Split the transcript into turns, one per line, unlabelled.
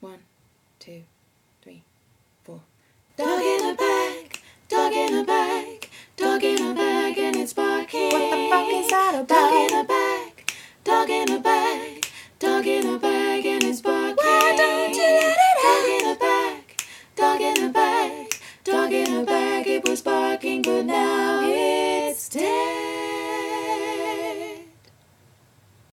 One, two, three, four. Dog in a bag, dog in a bag, dog in a bag, and it's barking. What the fuck is that about? Dog in a bag, dog in a bag, dog in a bag, and it's barking. Why don't you let it out? Dog in a bag, dog in a bag, dog in a bag, it was barking.